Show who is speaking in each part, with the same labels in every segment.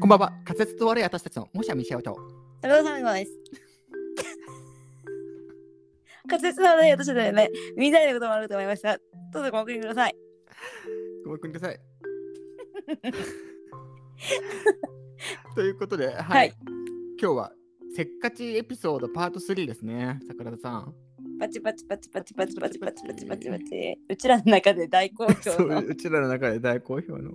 Speaker 1: こんばんは。仮説と悪い私たちのもしゃみし合うと。
Speaker 2: タバコさんごです。滑舌の悪い私だよね。みんなのこともあると思いました。どうぞご確認ください。
Speaker 1: ごめんくだ さい。ということで、はい、
Speaker 2: はい
Speaker 1: 今日はせっかちエピソードパート3ですね、桜田さん。
Speaker 2: パチパチパチパチパチパチパチパチパチパチ。うちらの中で大好 評
Speaker 1: そう
Speaker 2: の
Speaker 1: うちらの中で大好評の。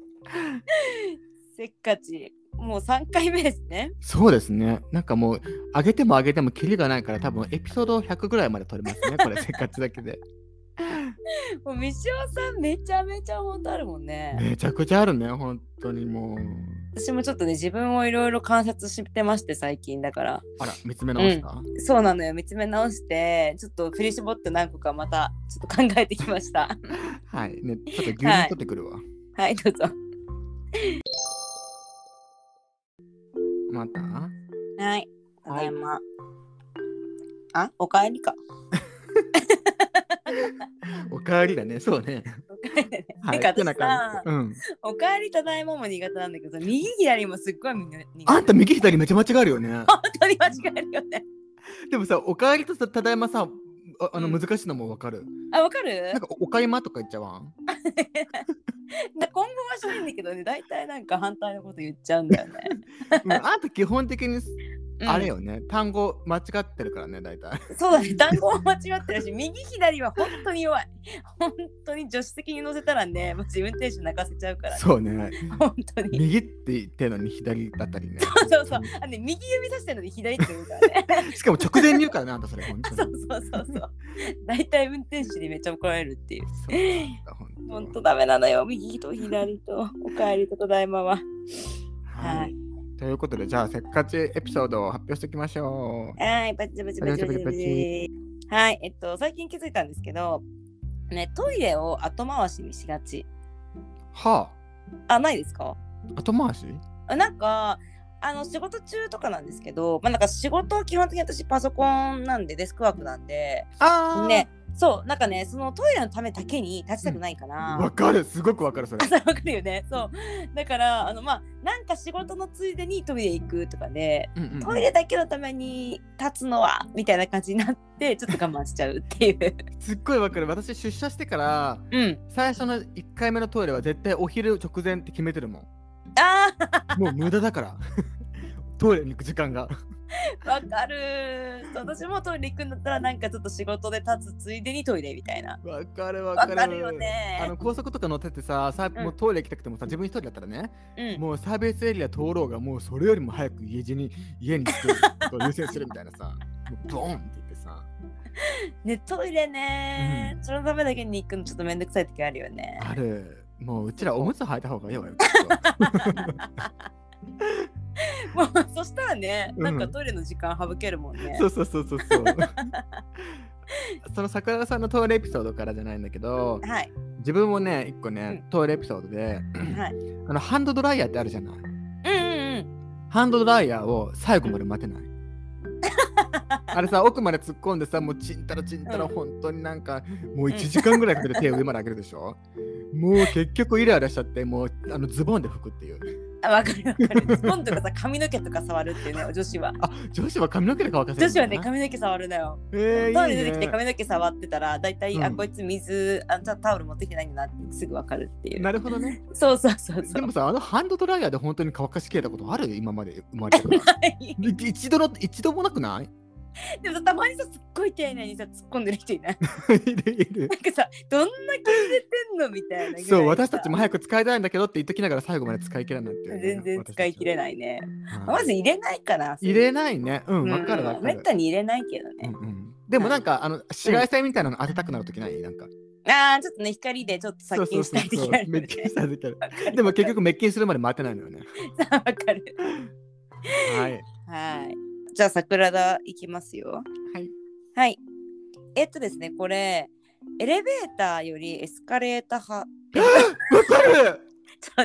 Speaker 2: せっかち。もう3回目ですね。
Speaker 1: そうですね。なんかもう、上げても上げてもキリがないから、多分エピソード100ぐらいまで取れますね、 これ、せっかちだけで。
Speaker 2: もうみしおさんめちゃめちゃ本当あるもんね。
Speaker 1: めちゃくちゃあるね、本当にもう。
Speaker 2: 私もちょっとね自分をいろいろ観察してまして最近だから。
Speaker 1: あら、見つめ直した、
Speaker 2: そうなのよ見つめ直してちょっと振り絞って何個かまたちょっと考えてきました。
Speaker 1: はい、ね。ちょっと牛乳
Speaker 2: はい
Speaker 1: 取ってくるわ。
Speaker 2: はいどうぞ。
Speaker 1: また
Speaker 2: はい。ただいま。あ、おかえりか。
Speaker 1: おかえりだね、そうね。はい、
Speaker 2: なんか
Speaker 1: てな感
Speaker 2: さ
Speaker 1: じうん。
Speaker 2: おかえりただいまも苦手なんだけど、右左もすっごいみんな苦手。
Speaker 1: あんた
Speaker 2: 本
Speaker 1: 右左めちゃ間違えるよね。
Speaker 2: 当に間違えるよね。
Speaker 1: でもさ、おかえりとさ、ただいまさ、ああの
Speaker 2: うん
Speaker 1: 難しいのもわかる。
Speaker 2: あ、わかる
Speaker 1: なんかおかえまとか言っちゃ わん。
Speaker 2: 今後はしないんだけどね、大体なんか反対のこと言っちゃうんだよね。
Speaker 1: うんあんた基本的に
Speaker 2: う ん
Speaker 1: あれよね、単語間違ってるからね、大体。
Speaker 2: そうだね、単語は間違ってるし、右左は本当に弱い。本当に助手席に乗せたらね、もう自分停止泣かせちゃうから、ね、
Speaker 1: そうね。
Speaker 2: 本当に。
Speaker 1: 右って言ってるのに左だったりね。
Speaker 2: そうそう。あね、右指さしてるのに左って言うからね。
Speaker 1: しかも直前に言うからね、あん たそれ、本
Speaker 2: あそ
Speaker 1: 当
Speaker 2: う
Speaker 1: に。
Speaker 2: そうそうそう。大体運転手にめっちゃ怒られるっていう。
Speaker 1: そう
Speaker 2: ほ
Speaker 1: なん
Speaker 2: ん
Speaker 1: だ
Speaker 2: とダメなのよ。右と左と、おかえりとただいまは。
Speaker 1: は
Speaker 2: はい
Speaker 1: い。ということで、じゃあ、せっかちエピソードを発表していきましょう。
Speaker 2: はい、パチパチパチパチパチ。はい、えっと、最近気づいたんですけど、ね、トイレを後回しにしがち。
Speaker 1: は
Speaker 2: あ、ないですか
Speaker 1: あ、後回し
Speaker 2: あなんか、あの仕事中とかなんですけど、まあ、なんか仕事は基本的に私パソコンなんでデスクワークなんで
Speaker 1: あー
Speaker 2: ねそうなんかねそのトイレのためだけに立ちたくないから、
Speaker 1: わかる、すごくわかる、それ
Speaker 2: あ。それわかるよねそうだからあのまあなんか仕事のついでにトイレ行くとかで
Speaker 1: うんうんうん
Speaker 2: トイレだけのために立つのはみたいな感じに なってちょっと我慢しちゃうっていう
Speaker 1: すっごいわかる私出社してから
Speaker 2: うん
Speaker 1: 最初の1回目のトイレは絶対お昼直前って決めてるもん
Speaker 2: あ
Speaker 1: もう無駄だから トイレに行く時間が
Speaker 2: ーわかるそう私もトイレ行くんだったらなんかちょっと仕事で立つついでにトイレみたいな
Speaker 1: わかるわ
Speaker 2: わ
Speaker 1: かる
Speaker 2: かるよ
Speaker 1: あ
Speaker 2: ね
Speaker 1: の高速とか乗っててささ
Speaker 2: うん
Speaker 1: もうトイレ行きたくてもさ自分一人だったらね、
Speaker 2: うん
Speaker 1: もうサービスエリア通ろうがもうそれよりも早く家路に家に着くことを優先するみたいなさもうボーンって言ってさ
Speaker 2: ねトイレね、
Speaker 1: う
Speaker 2: そのためだけに行くのちょっとめんどくさい時あるよ ね
Speaker 1: あるもううちらおむつ履いた方がいいわよ
Speaker 2: もうそしたらね
Speaker 1: うん
Speaker 2: なんかトイレの時間省けるもんね、
Speaker 1: そうそうそうそうそうその桜田さんのトイレエピソードからじゃないんだけど、
Speaker 2: はい
Speaker 1: 自分もね一個ね、トイレエピソードで
Speaker 2: はい
Speaker 1: あのハンドドライヤーってあるじゃない
Speaker 2: うんうんうん
Speaker 1: ハンドドライヤーを最後まで待 てないあれさ奥まで突っ込んでさもうちんたらちんたら、
Speaker 2: うん
Speaker 1: 本当になんかもう1時間ぐらいかけて手を上まで上げるでしょもう結局イライラしちゃってもうあのズボンで拭くっていう
Speaker 2: あわかるわかる。ズボンとかさ髪の毛とか触るっていうね女子は。
Speaker 1: あ女子は髪の毛で乾かせる
Speaker 2: 女
Speaker 1: ん
Speaker 2: 子
Speaker 1: だ
Speaker 2: は
Speaker 1: な
Speaker 2: ね髪の毛触るだよ。
Speaker 1: え
Speaker 2: タオ
Speaker 1: ー、い
Speaker 2: ル
Speaker 1: い
Speaker 2: 出てきて
Speaker 1: ね
Speaker 2: 髪の毛触ってたら大体、
Speaker 1: うん
Speaker 2: あこいつ水あじゃあタオル持ってきてないんだなってすぐわかるっていう。
Speaker 1: なるほどね
Speaker 2: そうそう そうそ
Speaker 1: で
Speaker 2: う。
Speaker 1: もさあのハンドドライヤーで本当に乾かしきれたことある今まで生まれてから い一度の一度もなくない
Speaker 2: でもさたまにさすっごい丁寧にさ突っ込んでる人いない。
Speaker 1: いるいる
Speaker 2: なんかさどんな気出てんのみたいなぐらいさ。
Speaker 1: そう私たちも早く使いたいんだけどって言っときながら最後まで使い切らないっていうね、
Speaker 2: 全然使い切れ
Speaker 1: い、
Speaker 2: ないね。
Speaker 1: は
Speaker 2: ま
Speaker 1: い
Speaker 2: ず入れないから。
Speaker 1: 入れないねう
Speaker 2: うんん
Speaker 1: わかるわか
Speaker 2: めっ
Speaker 1: る、
Speaker 2: たに入れないけど
Speaker 1: うん
Speaker 2: ね。
Speaker 1: うん、でもなんかあの紫外線みたいなの当てたくなるときないなんか
Speaker 2: ああちょっとね光でちょっと殺菌したい時あるよ
Speaker 1: 滅
Speaker 2: ね。
Speaker 1: 菌したい時あるでも結局滅菌するまで待てないのよね
Speaker 2: わかる。
Speaker 1: はい
Speaker 2: はい。じゃあ桜田行きますよ。
Speaker 1: はい
Speaker 2: はい。えっとですね、これエレベーターよりエスカレーター派。
Speaker 1: わかる
Speaker 2: ちょっと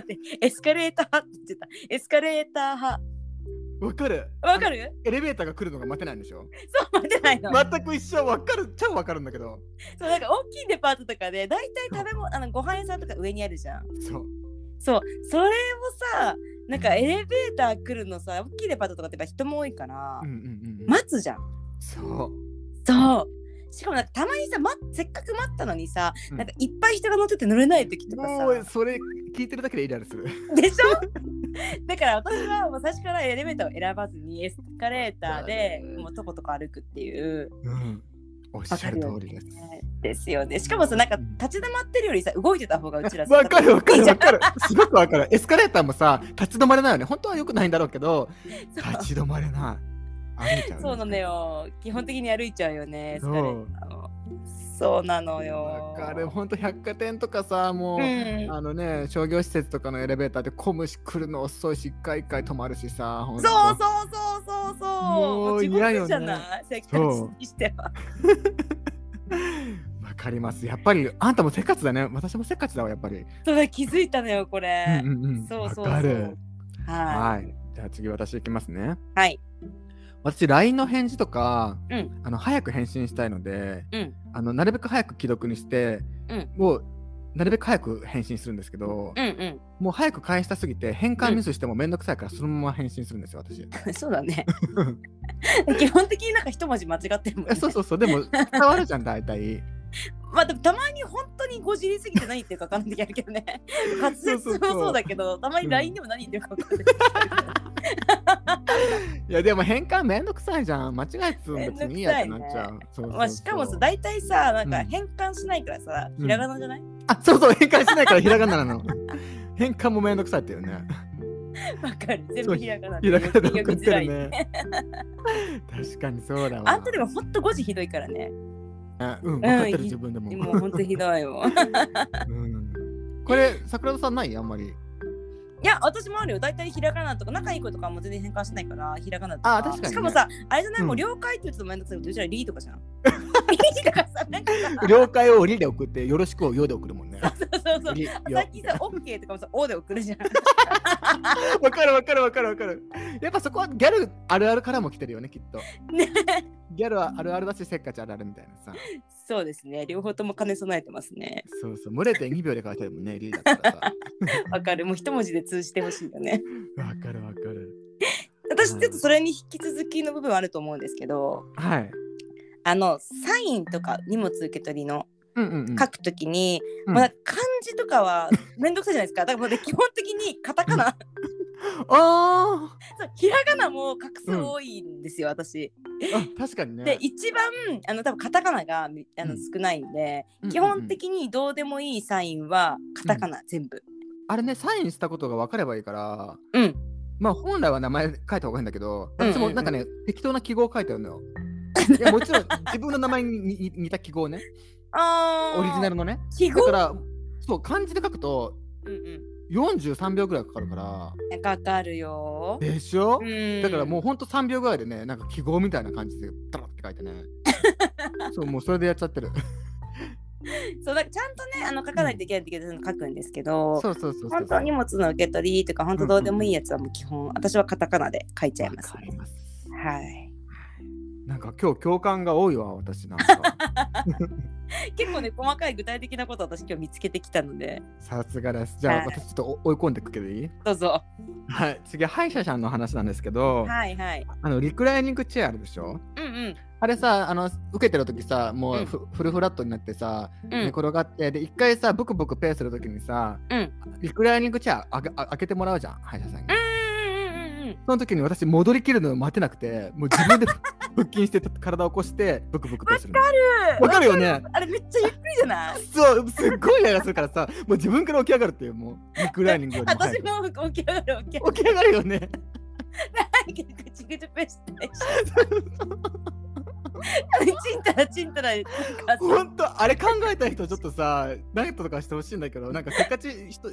Speaker 2: 待って、エスカレーター派って言ってた。エスカレーター派。
Speaker 1: わかる
Speaker 2: わか
Speaker 1: る
Speaker 2: る？
Speaker 1: エレベーターが来るのが待てないんでしょ
Speaker 2: そう待てないの。
Speaker 1: 全く一緒わかるっちゃわかるんだけど
Speaker 2: そうなんか大きいデパートとかでだいたい食べ物あのご飯屋さんとか上にあるじゃん。
Speaker 1: そう
Speaker 2: そうそれをさなんかエレベーター来るのさ大きいデパートとかってやっぱ人も多いから、
Speaker 1: うんうんうん。
Speaker 2: 待つじゃん
Speaker 1: そう。
Speaker 2: そうしかもなんかたまにさ、ま、せっかく待ったのにさ、
Speaker 1: うん
Speaker 2: なんかいっぱい人が乗ってて乗れない時とか
Speaker 1: もう
Speaker 2: さ
Speaker 1: それ聞いてるだけでイライラする。
Speaker 2: でしょ だから私はもう最初からエレベーターを選ばずにエスカレーターで
Speaker 1: うん
Speaker 2: もうとことこ歩くっていう
Speaker 1: うん。おっしゃる通りです。
Speaker 2: ですよねしかもさなんか
Speaker 1: うん
Speaker 2: 立ち止まってるよりさ動いてた方がうちらさ
Speaker 1: わかるわか
Speaker 2: いい
Speaker 1: る
Speaker 2: じゃ
Speaker 1: わ
Speaker 2: ん
Speaker 1: かる。すごくわかる。エスカレーターもさ、立ち止まれないよね。本当は良くないんだろうけど、
Speaker 2: そう
Speaker 1: 立ち止まれない。歩いちゃう。
Speaker 2: そうなの。よ。基本的に歩いちゃうよね。
Speaker 1: そう
Speaker 2: 疲れたのそうなのよ
Speaker 1: わ。かる。本当百貨店とかさ、もう。
Speaker 2: うん。
Speaker 1: あのね、商業施設とかのエレベーターで混むし来るの遅いし一回一回止まるしさほん
Speaker 2: そう
Speaker 1: と
Speaker 2: そうそうそうそう。
Speaker 1: も
Speaker 2: も
Speaker 1: う
Speaker 2: う地
Speaker 1: 嫌よ
Speaker 2: 獄
Speaker 1: ね
Speaker 2: じゃない。せっかくにしては。
Speaker 1: わかりますやっぱりあんたもせっかちだね私もせっかちだわやっぱり、
Speaker 2: そうだ気づいたのよこれ
Speaker 1: う。んうんうん
Speaker 2: そうそうそう
Speaker 1: わかる
Speaker 2: は
Speaker 1: はいじゃあ次私いきますね
Speaker 2: い。はい。
Speaker 1: 私 LINE の返事とか、
Speaker 2: うん
Speaker 1: あの早く返信したいので、
Speaker 2: うん
Speaker 1: あのなるべく早く既読にして、
Speaker 2: うん
Speaker 1: もうなるべく早く返信するんですけど、
Speaker 2: うんう
Speaker 1: もう早く返したすぎて変換ミスしてもめんどくさいからそのまま返信するんですよ 私
Speaker 2: ん。そう だね。基本的になんか一文字間違ってるもん
Speaker 1: え
Speaker 2: ね。
Speaker 1: そうそうそうでも伝わるじゃん大体
Speaker 2: まあでもたまに本当にごじりすぎて何言ってるか分かんない時ある けどね。滑舌
Speaker 1: そうそう
Speaker 2: も
Speaker 1: そう
Speaker 2: そうだけど、たまに LINE でも何言ってるか分かんない。
Speaker 1: いやでも変換めんどくさいじゃん間違えつん別にいいやってなっちゃうそうそうそう
Speaker 2: まあしかもさ大体さなん
Speaker 1: う
Speaker 2: か
Speaker 1: ん
Speaker 2: 変換しないからさ、
Speaker 1: うん
Speaker 2: ひらがなじゃない
Speaker 1: あそうそう変換しないからひらがななの変換もめんどくさいっていうね
Speaker 2: わかる全部ひらがな
Speaker 1: ひらがなで
Speaker 2: よ
Speaker 1: 送
Speaker 2: く
Speaker 1: って
Speaker 2: づらい、
Speaker 1: るね確かにそうだわ
Speaker 2: あんたでもほんと5時ひどいからね
Speaker 1: あうん、分かってる
Speaker 2: うん
Speaker 1: 自分でも。
Speaker 2: もうほんとひどいもんい
Speaker 1: うん、これ、桜田さんないあんま り。
Speaker 2: や私もあるよ大体ひらがなとか仲いい子とかも全然変換しないからひらがなとか
Speaker 1: あ確かにね
Speaker 2: しかもさあれじゃない、
Speaker 1: うん
Speaker 2: もう了解って言うとめんどくさいけどうちらリーと かじゃんリーとかさなんかさ
Speaker 1: 了解を「り」で送って、よろしくを「よ」で送るもんね。
Speaker 2: そうそう
Speaker 1: り
Speaker 2: さ
Speaker 1: よ
Speaker 2: っきさ OK とかもさ O で送るじゃん
Speaker 1: わかるわかるわかるわかる。やっぱそこはギャルあるあるからも来てるよね、きっと。
Speaker 2: ね
Speaker 1: ギャルはあるあるだし、せっかちあるあるみたいなさ。
Speaker 2: そうですね両方とも兼ね備えてますね
Speaker 1: そうそう、群れて2秒で書いてるもんね、リーだったら さ。
Speaker 2: わかるもう一文字で通じてほしいよね
Speaker 1: わかるわかる。
Speaker 2: 私ちょっとそれに引き続きの部分はあると思うんですけど
Speaker 1: はい。
Speaker 2: あのサインとか荷物受け取りの
Speaker 1: うんうんうん
Speaker 2: 書くときに、
Speaker 1: うん
Speaker 2: まあ、漢字とかはめんどくさいじゃないですかだからもうね基本的にカタカナ
Speaker 1: あ
Speaker 2: そうひらがなも画数多いんですよ、私。
Speaker 1: ーあ確かにね。
Speaker 2: で一番あの多分カタカナがみあ
Speaker 1: う
Speaker 2: の
Speaker 1: ん
Speaker 2: 少ないんで、
Speaker 1: うんうんうん
Speaker 2: 基本的にどうでもいいサインはカタカナ全部。
Speaker 1: あれね、サインしたことが分かればいいから、
Speaker 2: うん、
Speaker 1: まあ本来は名前書いた方がいいんだけど、
Speaker 2: うんうん
Speaker 1: 私
Speaker 2: うん
Speaker 1: もなんかね、適当な記号書いてあるの よ。いやもちろん自分の名前にに に似た記号ね、
Speaker 2: あー
Speaker 1: オリジナルのね。
Speaker 2: 記
Speaker 1: だ
Speaker 2: 号
Speaker 1: から、そう、漢字で書くと
Speaker 2: うんう
Speaker 1: 43秒ぐらいかかるから、
Speaker 2: ん、かかるよ。
Speaker 1: でしょ、
Speaker 2: うん
Speaker 1: だからもうほんと3秒ぐらいでね、なんか記号みたいな感じで、ダラって書いて ね。そう、もうそれでやっちゃってる。
Speaker 2: そうだからちゃんとねあの書かないといけないんだけど、書くんですけど
Speaker 1: そうそうそうそう。
Speaker 2: 本当荷物の受け取りとか本当どうでもいいやつはもう基本、私はカタカナで書いちゃいます
Speaker 1: わか
Speaker 2: ね、
Speaker 1: ります。
Speaker 2: はい
Speaker 1: なんか今日共感が多いわ、私なん か。
Speaker 2: 結構ね細かい具体的なことを私今日見つけてきたので
Speaker 1: さすがです。じゃあ
Speaker 2: はい
Speaker 1: 私ちょっと追い込んでいくけどいい
Speaker 2: どうぞ
Speaker 1: はい、次歯医者さんの話なんですけど、
Speaker 2: はいはい
Speaker 1: あのリクライニングチェアあるでしょ
Speaker 2: うん
Speaker 1: あれさあの受けてる時さも
Speaker 2: う
Speaker 1: うんフ,、フルフラットになってさ
Speaker 2: うんう
Speaker 1: 寝
Speaker 2: ん
Speaker 1: 転がって、で一回さブクブクペーする時にさ、
Speaker 2: うん
Speaker 1: リクライニングチェアあげあ開けてもらうじゃん歯医者さんに、
Speaker 2: うんうんうんうん
Speaker 1: その時に私戻りきるのを待てなくてもう自分で腹筋して体を起こしてブクブクペーするのわかるよね
Speaker 2: あれめっちゃゆっくりじゃない
Speaker 1: そうすっごいやらするからさもう自分から起き上がるっていうもうリクライニングよりも早
Speaker 2: 私
Speaker 1: く
Speaker 2: も起き上がる起き上が
Speaker 1: 起き上がるよね
Speaker 2: るぐちぐちペしてちんたらちんたらなんか
Speaker 1: ほんとあれ考えた人ちょっとさダイエットとかしてほしいんだけどなんかせっかち人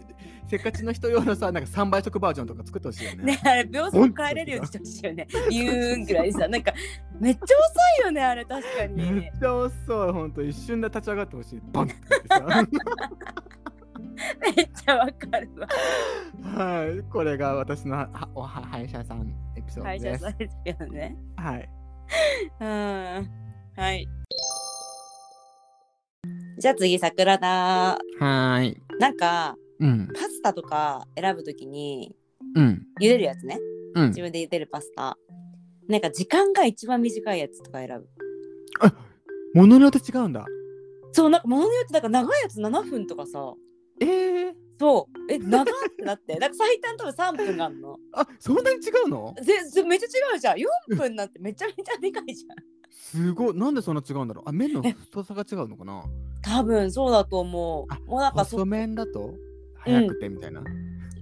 Speaker 1: せっかちの人用のさなんか3倍速バージョンとか作ってほしいよね
Speaker 2: ねあれ秒速帰れるようにしてほしいよね言うんぐらいさなんかめっちゃ遅いよねあれ確か
Speaker 1: め
Speaker 2: に
Speaker 1: っちゃ遅いほんと一瞬で立ち上がってほしいバンって言ってさ
Speaker 2: めっちゃわかるわ
Speaker 1: はいこれが私のはおは歯医者さんエピソー
Speaker 2: 会
Speaker 1: ド
Speaker 2: 社
Speaker 1: です
Speaker 2: さんですけどね。
Speaker 1: はい
Speaker 2: うん。はい。じゃあ次、桜田。
Speaker 1: はーい
Speaker 2: なんか、
Speaker 1: うん
Speaker 2: パスタとか選ぶときに
Speaker 1: うん
Speaker 2: 茹でるやつね
Speaker 1: うん
Speaker 2: 自分で茹でるパスタなんか時間が一番短いやつとか選ぶ
Speaker 1: ものによって違うんだ
Speaker 2: そうなんか物によってなんか長いやつ7分とかさ
Speaker 1: えー、
Speaker 2: そうえ長ってな ってなんか最短多分3分があるの
Speaker 1: あそんなに違うの
Speaker 2: ぜぜめっちゃ違うじゃん4分なんてめちゃめちゃでかいじゃん
Speaker 1: すごいなんでそんな違うんだろうあ麺の太さが違うのかな
Speaker 2: 多分そうだと思
Speaker 1: あ
Speaker 2: うもうなんかそ
Speaker 1: 細麺だと早くてみたいな、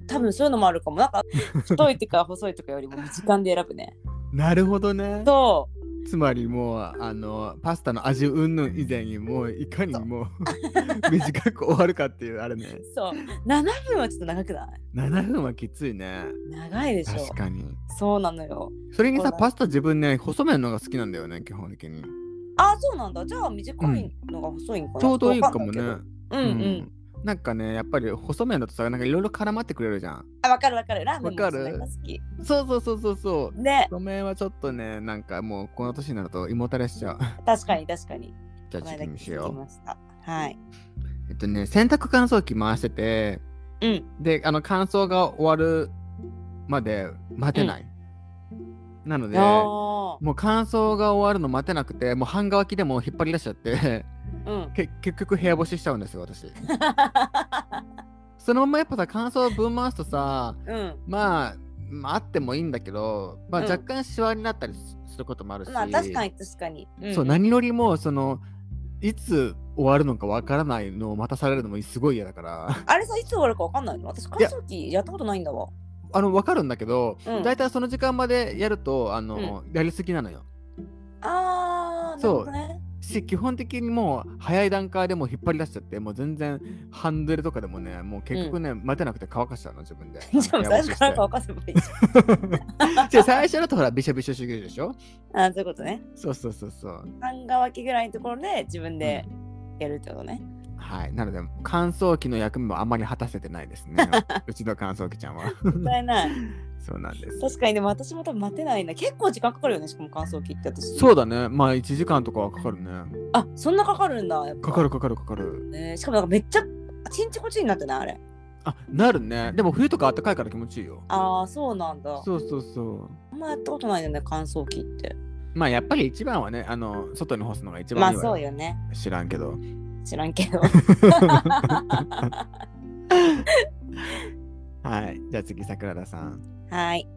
Speaker 2: 多分そういうのもあるかもなんか太いとか細いとかよりも時間で選ぶね
Speaker 1: なるほどね
Speaker 2: そ
Speaker 1: つまりもうあのパスタの味云々以前にもういかにもう 短く終わるかっていうあれね
Speaker 2: うそう7分はちょっと長くない
Speaker 1: 7分はきついね
Speaker 2: 長いでしょ
Speaker 1: 確かに
Speaker 2: そうなのよ
Speaker 1: それに
Speaker 2: そ
Speaker 1: さ
Speaker 2: うだ
Speaker 1: パスタ自分ね細麺のが好きなんだよね基本的に
Speaker 2: あーそうなんだじゃあ短いのが細いんかな、
Speaker 1: ちょうどいいかもね
Speaker 2: わかんないけどうんうん、
Speaker 1: なんかねやっぱり細麺だとさなんかいろいろ絡まってくれるじゃん
Speaker 2: あわかるわかるラーメンも
Speaker 1: わかる
Speaker 2: それが好き
Speaker 1: そうそうそうそうそう
Speaker 2: ね
Speaker 1: 細麺はちょっとねなんかもうこの年になると胃もたれしちゃう
Speaker 2: 確かに確かに
Speaker 1: じゃあチキンにしよ
Speaker 2: この間気づきましたはいう
Speaker 1: えっとね洗濯乾燥機回してて
Speaker 2: うん
Speaker 1: であの乾燥が終わるまで待てない、なので
Speaker 2: あ
Speaker 1: もう乾燥が終わるの待てなくてもう半乾きでも引っ張り出しちゃって
Speaker 2: ーうん
Speaker 1: け結局部屋干ししちゃうんですよ私そのままやっぱさ乾燥をぶん回すとさ
Speaker 2: うん
Speaker 1: まあ、まあ、あってもいいんだけど、まあ、
Speaker 2: うん
Speaker 1: 若干シワになったりすすることもあるし、
Speaker 2: まあ確かに確かに、ん
Speaker 1: そう何よりもそのいつ終わるのかわからないのを待たされるのもすごい嫌だから
Speaker 2: あれさいつ終わるかわかんないの私乾燥機やったことないんだわ
Speaker 1: あの分かるんだけど、
Speaker 2: うん
Speaker 1: だいたいその時間までやるとあの、やりすぎなのよ
Speaker 2: あーなるほどね
Speaker 1: し基本的にもう早い段階でもう引っ張り出しちゃってもう全然ハンドルとかでもねもう結局ね、待てなくて乾かしちゃうの自分で
Speaker 2: じゃあ最初から
Speaker 1: 部屋
Speaker 2: 乾かせばいいじ
Speaker 1: 干 しして違う最初だとほらびしょびしょ主義でしょ
Speaker 2: ゃんあーそういうことね
Speaker 1: そうそうそうそう
Speaker 2: 半乾きぐらいのところで自分でやるってことね、
Speaker 1: はい、なので乾燥機の役目もあんまり果たせてないです ね。うちの乾燥機ちゃんは。
Speaker 2: もったいない
Speaker 1: そうなんです。
Speaker 2: 確かにでも私も多分待てないな結構時間かかるよねしかも乾燥機って私
Speaker 1: そうだね。まあ1時間とかはかかるね。
Speaker 2: あそんなかかるんだやっぱ
Speaker 1: かかるかかるかかる。
Speaker 2: ねしかもなんかめっちゃチンチコチンになってないあれ
Speaker 1: あなるね。でも冬とか暖かいから気持ちいいよ。
Speaker 2: ああそうなんだ
Speaker 1: そうそうそう。
Speaker 2: あんまやったことないよね乾燥機って
Speaker 1: まあやっぱり一番はね、あの外に干すのが一
Speaker 2: ま
Speaker 1: 番
Speaker 2: あ
Speaker 1: いいわ
Speaker 2: そうよね
Speaker 1: 知らんけど。
Speaker 2: 知らんけ ど
Speaker 1: はい。じゃあ次、桜田さん。
Speaker 2: はい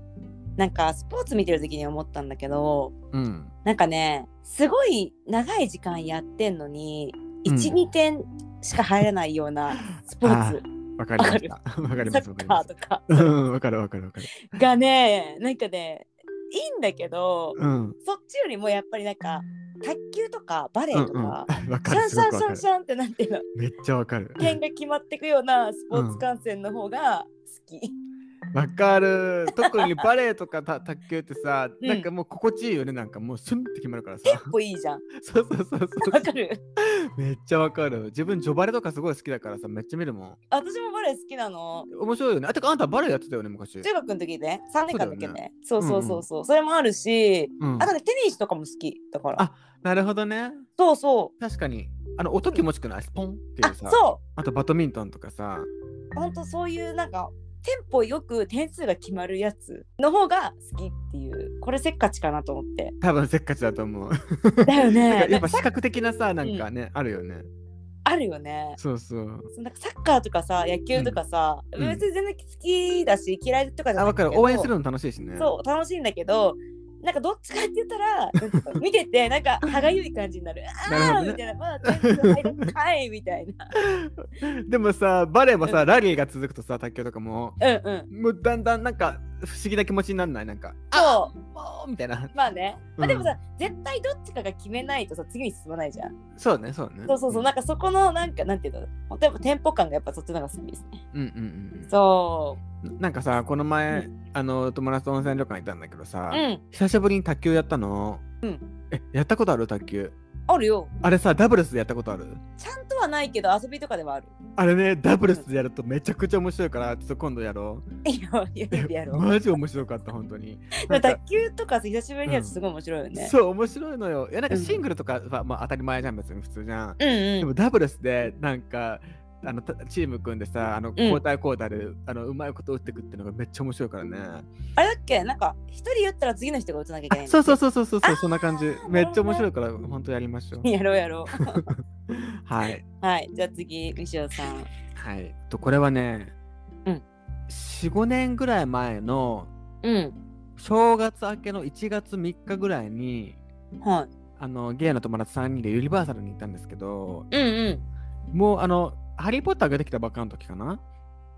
Speaker 2: なんかスポーツ見てる時に思ったんだけど
Speaker 1: うん。
Speaker 2: なんかねすごい長い時間やってんのに
Speaker 1: うん
Speaker 2: 12、点しか入らないよ うなスポーツ
Speaker 1: わかりました。わかり
Speaker 2: サ
Speaker 1: ます。わかり
Speaker 2: ッカ
Speaker 1: ま
Speaker 2: ー
Speaker 1: す
Speaker 2: とか
Speaker 1: うん。わかるわかるわかる。
Speaker 2: がねなんかねいいんだけど
Speaker 1: うん。
Speaker 2: そっちよりもやっぱりなんか卓球とかバレ
Speaker 1: うん
Speaker 2: ーと
Speaker 1: うん。わ
Speaker 2: か、
Speaker 1: か
Speaker 2: シャ
Speaker 1: る。す
Speaker 2: ンシ
Speaker 1: ごく
Speaker 2: ャン
Speaker 1: わか
Speaker 2: シャン
Speaker 1: る
Speaker 2: シ。ャンってなんていうの
Speaker 1: めっちゃわかる。
Speaker 2: 点が決まってくようなスポーツ観戦の方が好き、
Speaker 1: わかる特にバレエとかた卓球ってさ、
Speaker 2: うん
Speaker 1: なんかもう心地いいよねなんかもうスンって決まるからさ
Speaker 2: テンポいいじゃん
Speaker 1: そうそうそうそ
Speaker 2: わ
Speaker 1: う
Speaker 2: かる
Speaker 1: めっちゃわかる自分ジョバレとかすごい好きだからさめっちゃ見るもん
Speaker 2: 私もバレー好きなの
Speaker 1: 面白いよねあてかあんたバレエやってたよね昔
Speaker 2: 中学の時ね3年間だけ
Speaker 1: そうだよ
Speaker 2: ねそうそうそうそう、それもあるし
Speaker 1: うん
Speaker 2: あとねテニスとかも好きだから
Speaker 1: あなるほどね
Speaker 2: そうそう
Speaker 1: 確かにあの音気持ちくないスポンってい
Speaker 2: あ
Speaker 1: うさ
Speaker 2: そ
Speaker 1: あとバドミントンとかさ
Speaker 2: うほんとそういうなんかテンポよく点数が決まるやつの方が好きっていうこれせっかちかなと思って
Speaker 1: 多分せっかちだと思う
Speaker 2: だよ
Speaker 1: なん
Speaker 2: ね
Speaker 1: かやっぱ視覚的なさなんかね、あるよね
Speaker 2: あるよね
Speaker 1: そうそう
Speaker 2: そうなんかサッカーとかさ野球とかさ、
Speaker 1: うん
Speaker 2: 別に全然好きだし嫌いとかじゃ
Speaker 1: あ
Speaker 2: な
Speaker 1: わ
Speaker 2: いけ
Speaker 1: か
Speaker 2: ど
Speaker 1: る応援するの楽しいしね
Speaker 2: そう楽しいんだけどなんかどっちかって言ったらなんか見ててなんか歯がゆい感じ になる
Speaker 1: なる
Speaker 2: あ
Speaker 1: ほ
Speaker 2: あ
Speaker 1: どね
Speaker 2: みたいなまだ全然入らないみたいな
Speaker 1: でもさバレエもさラリーが続くとさ卓球とかも
Speaker 2: うんうん
Speaker 1: も うだんだんなんか不思議な気持ちになんないなんか
Speaker 2: そ
Speaker 1: もうみたいな
Speaker 2: うまあね、ま
Speaker 1: うん
Speaker 2: あ、でもさ、絶対どっちかが決めないとさ次に進まないじゃん
Speaker 1: そうねそうね
Speaker 2: そうそうそうなんかそこのなんかなんていうのでもテンポ感がやっぱそっちの方が好きですね
Speaker 1: うんうんうん
Speaker 2: そ
Speaker 1: うんなんかさこの前、
Speaker 2: う
Speaker 1: あの友達と温泉旅館行ったんだけどさ
Speaker 2: う、うん
Speaker 1: 久しぶりに卓球やったの、えやったことある卓球
Speaker 2: あるよ
Speaker 1: あれさダブルスでやったことある
Speaker 2: ちゃんとはないけど遊びとかではある
Speaker 1: あれねダブルスでやるとめちゃくちゃ面白いからちょっと今度やろ
Speaker 2: いやいや
Speaker 1: う
Speaker 2: やろう
Speaker 1: マジ面白かった本当 にな
Speaker 2: でも
Speaker 1: んか
Speaker 2: 卓球とかさ久しぶりにやるとすごい面白いよね、
Speaker 1: そう面白いのよいやなんか
Speaker 2: うん
Speaker 1: シングルとかは、まあ、当たり前じゃん別に普通じゃん
Speaker 2: うん、うん
Speaker 1: でもダブルスでなんかあのたチーム組んでさあの交代交代で、あのうまいこと打ってくっていうのがめっちゃ面白いからね、
Speaker 2: あれだっけなんか一人打ったら次の人が打たなきゃいけな
Speaker 1: あ
Speaker 2: いんだ
Speaker 1: そう
Speaker 2: っけ
Speaker 1: そうそうそうそうそんな感じ
Speaker 2: ほど
Speaker 1: めっちゃ面白いから本当やりましょう
Speaker 2: やろうやろう
Speaker 1: はい
Speaker 2: はいじゃあ次ミシオさん
Speaker 1: はいとこれはね、
Speaker 2: うん
Speaker 1: 45年ぐらい前の
Speaker 2: うん
Speaker 1: 正月明けの1月3日ぐらいに
Speaker 2: は
Speaker 1: あのゲイの友達3人でユニバーサルに行ったんですけど
Speaker 2: いうんうん
Speaker 1: もうあの「ハリー・ポッター」ができたばっかの時かな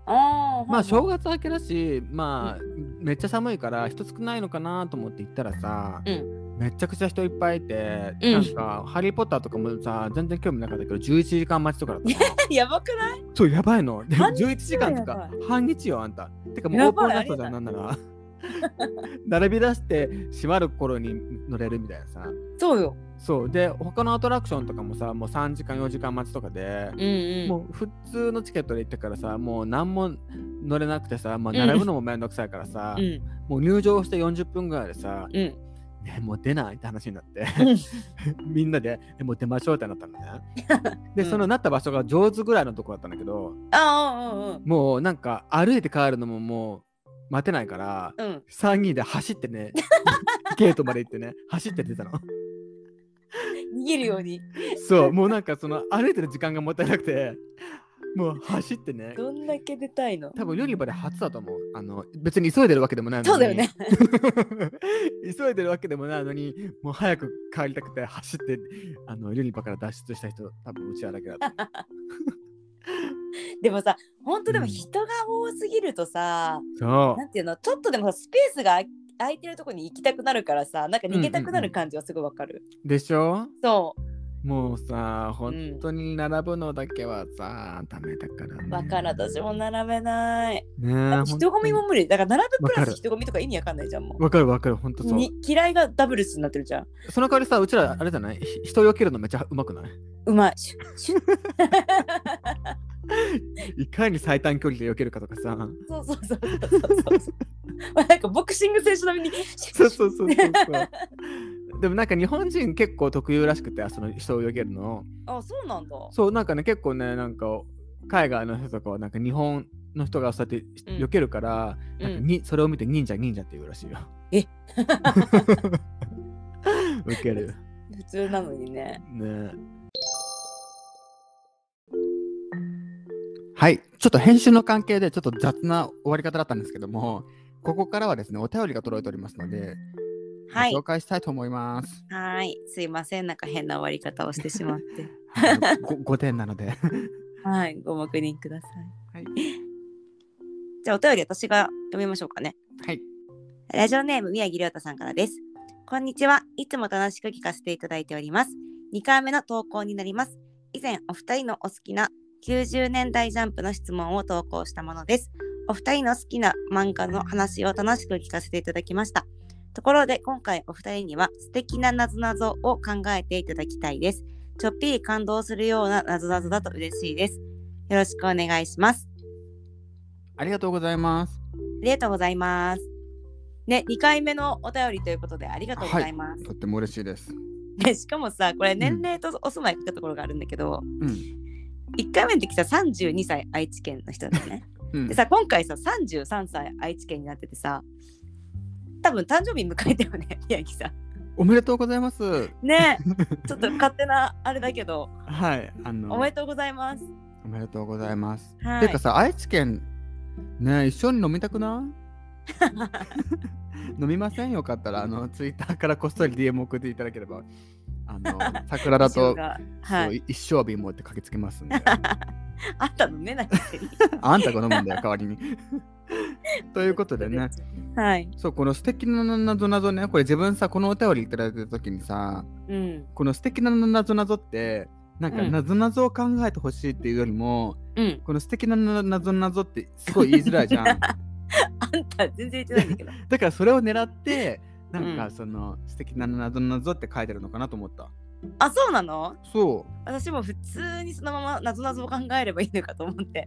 Speaker 2: ああ
Speaker 1: まあ正月明けだしまあめっちゃ寒いから人少ないのかなと思って行ったらさ、
Speaker 2: う
Speaker 1: めちゃくちゃ人いっぱいいて、
Speaker 2: うん
Speaker 1: なんか「ハリー・ポッター」とかもさ全然興味なかったけど11時間待ちとかだ ったの
Speaker 2: やばくない
Speaker 1: そうやばいの で
Speaker 2: 半日
Speaker 1: 11時間と
Speaker 2: やば
Speaker 1: か
Speaker 2: い
Speaker 1: 半日よあんたてかもうオ
Speaker 2: や
Speaker 1: ープ
Speaker 2: ば
Speaker 1: ン
Speaker 2: い
Speaker 1: ラストじゃんなんなら 並び出して閉まる頃に乗れるみたいなさ
Speaker 2: そうよ
Speaker 1: そうで他のアトラクションとかもさもう3時間4時間待ちとかで
Speaker 2: うん、うん
Speaker 1: もう普通のチケットで行ったからさもう何も乗れなくてさ、まあ、
Speaker 2: うん
Speaker 1: 並ぶのもめんどくさいからさ、
Speaker 2: うん
Speaker 1: もう入場して40分ぐらいでさ、
Speaker 2: うん
Speaker 1: ね、もう出ないって話になって
Speaker 2: うん
Speaker 1: みんなでえもう出ましょうってなったのねで
Speaker 2: うん
Speaker 1: そのなった場所が上手ぐらいのとこだったんだけど
Speaker 2: ああうんうん
Speaker 1: もうなんか歩いて帰るのももう待てないから
Speaker 2: うんうん
Speaker 1: 3人で走って ねゲートまで行ってね走って出たの
Speaker 2: 逃げるように
Speaker 1: そうもうなんかその歩いてる時間がもったいなくてもう走ってね
Speaker 2: どんだけ出たいの
Speaker 1: 多分ユニバで初だと思うあの別に急いでるわけでもないのに
Speaker 2: そうだよね
Speaker 1: 急いでるわけでもないのにもう早く帰りたくて走ってあのユニバから脱出した人多分うちらだけだと思う
Speaker 2: でもさ本当でも
Speaker 1: うん
Speaker 2: 人が多すぎるとさ、
Speaker 1: そ
Speaker 2: なんていうのちょっとでもさスペースが空空いてるとこに行きたくなるからさなんか逃げたくなる感じはすごいわかる、
Speaker 1: うでしょ
Speaker 2: そ
Speaker 1: もうさ本当に並ぶのだけはさ、ダメだから
Speaker 2: う
Speaker 1: ね
Speaker 2: わかる私も並べない
Speaker 1: ねえ
Speaker 2: 人混みも無理だから並ぶプ
Speaker 1: わか
Speaker 2: ラス
Speaker 1: る
Speaker 2: 人混みとか意味わかんないじゃんも
Speaker 1: わかるわかる本当
Speaker 2: う
Speaker 1: そう
Speaker 2: に嫌いがダブルスになってるじゃん
Speaker 1: その代わりさうちらあれじゃないひ人よけるのめっちゃうまくないう
Speaker 2: まいシュッシュッ
Speaker 1: いかに最短距離で避けるかとか さ。
Speaker 2: そうそうそうそうそうそう まあなんかボクシング選手並みにシュッ
Speaker 1: そうそうそうそうそう。でもなんか日本人結構特有らしくてその人を避けるの。
Speaker 2: あそうなんだ
Speaker 1: そうなんかね結構ねなんか海外の人とかはなんか日本の人がそうやって
Speaker 2: うん
Speaker 1: 避けるから、なんかにそれを見て忍者忍者って言うらしいよ。
Speaker 2: え
Speaker 1: 受ける。
Speaker 2: 普通なのにね
Speaker 1: ねはいちょっと編集の関係でちょっと雑な終わり方だったんですけどもここからはですねお便りが届いておりますので、
Speaker 2: はい
Speaker 1: ご紹介したいと思い ます。
Speaker 2: はいすいませんなんか変な終わり方をしてしまって
Speaker 1: はい、5点なので。
Speaker 2: はいご黙認ください
Speaker 1: はい
Speaker 2: じゃあお便り私が読みましょうかね
Speaker 1: はい。
Speaker 2: ラジオネーム宮城亮太さんからです。こんにちは。いつも楽しく聞かせていただいております。2回目の投稿になります。以前お二人のお好きな90年代ジャンプの質問を投稿したものです。お二人の好きな漫画の話を楽しく聞かせていただきました。ところで今回お二人には素敵ななぞなぞを考えていただきたいです。ちょっぴり感動するようななぞなぞだと嬉しいです。よろしくお願いします。
Speaker 1: ありがとうございます。
Speaker 2: ありがとうございます。ね、2回目のお便りということでありがとうございます。
Speaker 1: とっても嬉しいです。
Speaker 2: でしかもさ、これ
Speaker 1: ん
Speaker 2: 年齢とお住まい書くところがあるんだけど、
Speaker 1: うん。
Speaker 2: 1回目の時さ、32歳愛知県の人だよね。
Speaker 1: うん
Speaker 2: で、さ、今回さ、33歳愛知県になっててさ、多分誕生日迎えたよね、 宮城さ
Speaker 1: おめでとうございます。
Speaker 2: ん。ねえちょっと勝手なあれだけど、
Speaker 1: はい。あの
Speaker 2: おめでとうございます。
Speaker 1: おめでとうございます。
Speaker 2: は
Speaker 1: てか
Speaker 2: い。
Speaker 1: さ、愛知県、ねえ一緒に飲みたくない 飲みませんよかったら、あの、ツイッターからこっそり DM 送っていただければ、あ の、桜だ
Speaker 2: 衣装
Speaker 1: と、
Speaker 2: がは
Speaker 1: そう
Speaker 2: い、
Speaker 1: い一生瓶持って駆けつけますん で、
Speaker 2: あったのね、なんか一緒に
Speaker 1: あんたが飲むんだよ、代わ りに。 ということでね、。
Speaker 2: はい。
Speaker 1: そう、この素敵ななぞなぞね、これ自分さ、このお便りいただいたときにさ、
Speaker 2: うん。
Speaker 1: この素敵ななぞなぞって、なんか
Speaker 2: うん
Speaker 1: なぞなぞを考えてほしいっていうよりも、
Speaker 2: うん。
Speaker 1: この素敵ななぞなぞってすごい言いづらい じゃん。
Speaker 2: あんた全然言ってないんだけど。
Speaker 1: だからそれを狙ってなんか
Speaker 2: うん
Speaker 1: その、素敵な謎なぞって書いてるのかなと思った。
Speaker 2: あそうなの
Speaker 1: そ
Speaker 2: 私も普通にそのままなぞなぞを考えればいいのかと思 って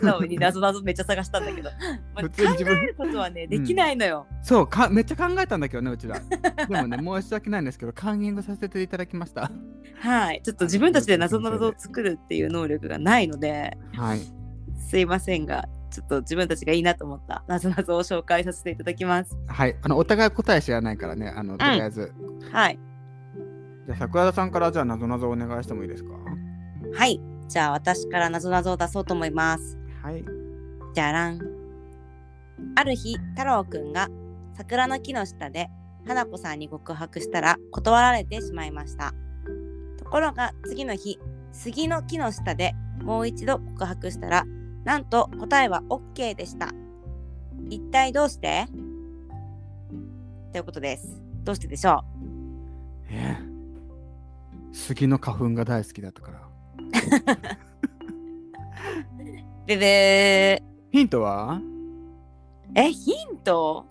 Speaker 2: 素直になぞなぞ めっちゃ探したんだけど、まあ、
Speaker 1: 普
Speaker 2: 考
Speaker 1: 通に自分
Speaker 2: えることはねできないのよ、
Speaker 1: うそうかめっちゃ考えたんだけどねうちらでもね 申し訳ないんですけどカンニングさせていただきました
Speaker 2: はいちょっと自分たちでなぞなぞを作るっていう能力がないので
Speaker 1: はい
Speaker 2: すいませんがちょっと自分たちがいいなと思ったなぞなぞを紹介させていただきます
Speaker 1: はいあのお互い答え知らないからねあのとりあえず、
Speaker 2: はい
Speaker 1: じゃあ桜田さんからじゃあなぞなぞお願いしてもいいですかは
Speaker 2: はいじゃあ私からなぞなぞを出そうと思います
Speaker 1: い
Speaker 2: じゃらん。ある日、太郎くんが桜の木の下で花子さんに告白したら断られてしまいました。ところが次の日、杉の木の下でもう一度告白したら、なんと答えは OK でした。一体どうしてということです。どうしてでしょ
Speaker 1: えー杉の花粉が大好きだったから
Speaker 2: うブブー。え、
Speaker 1: ヒントは
Speaker 2: ヒント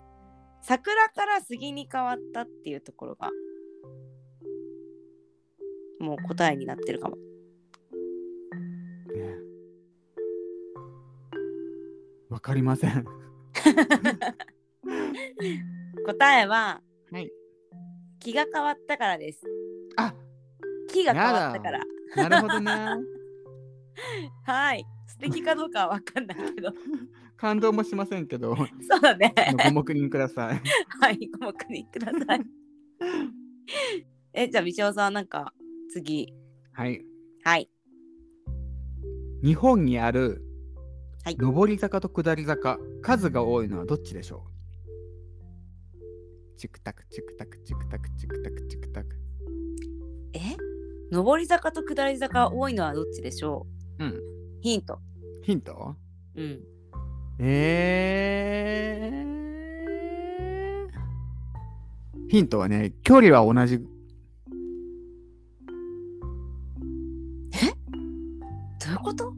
Speaker 2: 桜から杉に変わったっていうところが、もう答えになってるかも。
Speaker 1: ねわかりません。
Speaker 2: 答えは、
Speaker 1: はい
Speaker 2: 気が変わったからです。
Speaker 1: あ
Speaker 2: 気が変わったから。
Speaker 1: なるほどね。
Speaker 2: はい。素敵かどうかはわかんないけど。
Speaker 1: 感動もしませんけど、
Speaker 2: そう だね。
Speaker 1: あのご黙認ください。
Speaker 2: はい。ご目にください。え、じゃあ、みしおさん、なんか、次。
Speaker 1: はい。
Speaker 2: はい。
Speaker 1: 日本にある
Speaker 2: はい
Speaker 1: 上り坂と下り坂、数が多いのはどっちでしょうチクタクチクタクチクタクチクタクチクタク。
Speaker 2: え上り坂と下り坂多いのはどっちでしょう
Speaker 1: うん。
Speaker 2: ヒント。
Speaker 1: ヒント
Speaker 2: うん。
Speaker 1: えー、ヒントはね、距離は同じ。
Speaker 2: どういうこと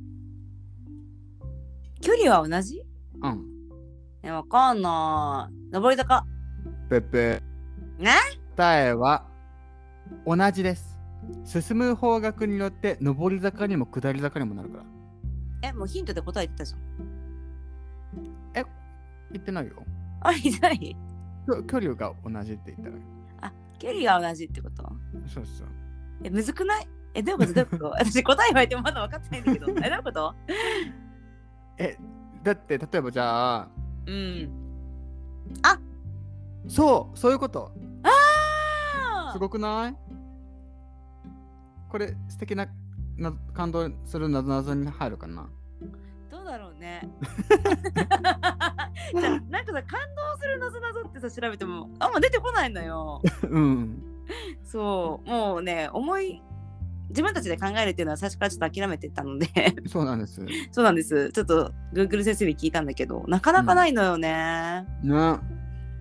Speaker 2: 距離は同じ
Speaker 1: うん。
Speaker 2: え、わかんない。上り坂。
Speaker 1: ペッペ
Speaker 2: ね
Speaker 1: 答えは同じです進む方角によって上り坂にも下り坂にもなるから
Speaker 2: え、もうヒントで答えてたじゃん。
Speaker 1: 言ってないよ
Speaker 2: あ、いない。
Speaker 1: きょ距離が同じって言ったら
Speaker 2: 距離が同じってこと
Speaker 1: そうそう
Speaker 2: え、むずくないえ、どういうことど ういうこと私答え言われてもまだ分かってないんだけど。え、どういうこと
Speaker 1: えだって例えばじゃあ
Speaker 2: うん。
Speaker 1: そうそういうこと
Speaker 2: あ
Speaker 1: すごくないこれ素敵なな感動するなぞなぞに入るか な
Speaker 2: どうだろうね。 じゃあなんかさ、感動するなぞなぞってさ、調べても、あんま出てこないのよ。
Speaker 1: うん
Speaker 2: そう、もうね、思い、自分たちで考えるっていうのは最初からちょっと諦めてたので、
Speaker 1: そうなんですね
Speaker 2: そうなんです。ちょっと Google 先生に聞いたんだけど、なかなかないのよね。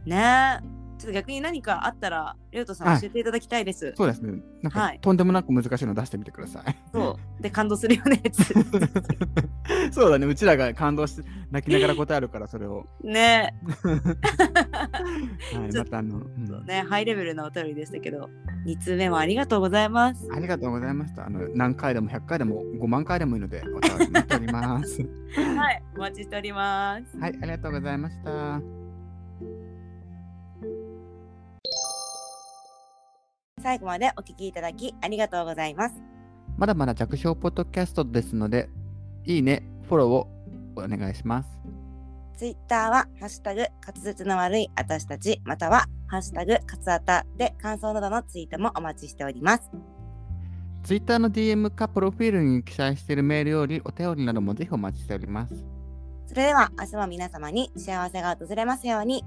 Speaker 2: ねちょっと逆に何かあったら、りょうとさ
Speaker 1: は
Speaker 2: ん
Speaker 1: い
Speaker 2: 教えていただきたいです。
Speaker 1: そうですねなんか、
Speaker 2: はい
Speaker 1: とんでもなく難しいの出してみてください
Speaker 2: そう。で、感動するよ ね。つって
Speaker 1: そうだね、うちらが感動して泣きながら答えるから、それ を。
Speaker 2: ね
Speaker 1: はい、
Speaker 2: ちょ
Speaker 1: ま
Speaker 2: った
Speaker 1: あの、うん
Speaker 2: ねハイレベルなお便りでしたけど2通目もありがとうございます
Speaker 1: ありがとうございました。あの何回でも100回でも5万回でもいいので、お便り待っており ます。
Speaker 2: はいお待ちしております
Speaker 1: はい、ありがとうございました。
Speaker 2: 最後までお聞きいただきありがとうございます
Speaker 1: まだまだ弱小ポッドキャストですので、いいね、フォローをお願いします。
Speaker 2: ツイッターはハッシュタグ滑舌の悪い私たちまたはハッシュタグカツアタで感想などのツイートもお待ちしております
Speaker 1: ツイッターの DM かプロフィールに記載しているメールよりお便りなどもぜひお待ちしております。
Speaker 2: それでは明日も皆様に幸せが訪れますように